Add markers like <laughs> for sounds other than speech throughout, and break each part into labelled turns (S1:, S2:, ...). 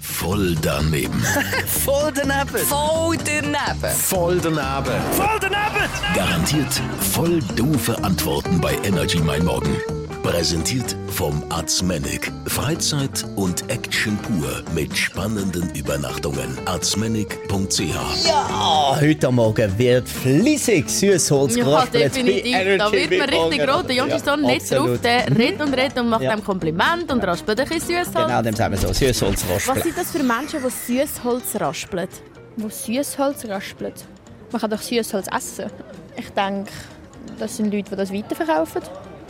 S1: Voll daneben.
S2: Voll daneben.
S3: Voll daneben.
S1: Voll daneben.
S2: Voll daneben.
S1: Garantiert voll doofe Antworten bei Energy Mein Morgen. Präsentiert vom Arzmenig. Freizeit und Action pur mit spannenden Übernachtungen. Arzmenig.ch
S2: Ja, heute Morgen wird fließig Süßholz
S4: Ja, definitiv. Da wird man richtig rot. Der Jungs ist so nett drauf. Der redet und redet und macht
S2: Ja.
S4: einem Kompliment und raspelt ein bisschen süß
S2: Genau, dem sagen wir so. Süßholz
S5: Was sind das für Menschen, die Süßholz raspeln?
S6: wo Süßholz raspelt. Man kann doch Süßholz essen. Ich denke, das sind Leute, die das weiterverkaufen.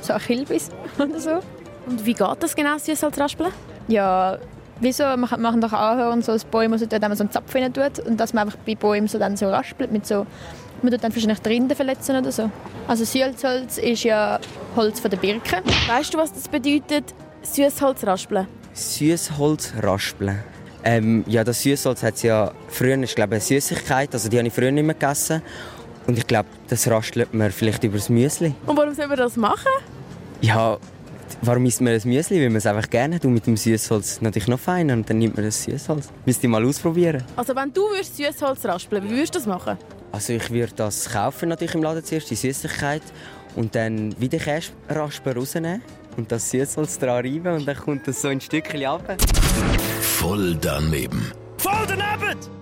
S6: So Achillebis <laughs> oder so.
S5: Und wie geht das genau, Süßholz raspeln?
S6: Ja, wieso? Man kann- machen doch anhören, so ein Bäume, so, dort, wenn man so einen Zapf rein tut. Und dass man einfach bei Bäumen so, dann so raspelt. Mit so, man tut dann wahrscheinlich die Rinde verletzen oder so. Also Süßholz ist ja Holz von der Birke.
S5: Weißt du, was das bedeutet, Süßholz raspeln?
S7: Süßholz raspeln. Ähm, ja, das Süßholz hat ja früher, ist, glaube ich, eine Süßigkeit, also die habe ich früher nicht mehr gegessen. Und ich glaube, das raspelt man vielleicht über das Müsli.
S5: Und warum sollen wir das machen?
S7: Ja, warum isst man das Müsli? Weil man es einfach gerne hat und mit dem Süßholz natürlich noch feiner und dann nimmt man das Süßholz. Müsst ihr mal ausprobieren.
S5: Also wenn du würdest Süßholz raspeln, wie würdest du das machen?
S7: Also ich würde das kaufen natürlich im Laden zuerst, die Süßigkeit. Und dann wieder Käseraspen rausnehmen und das Süßholz dran reiben und dann kommt das so ein Stückchen ab.
S1: Voll daneben.
S2: Voll daneben.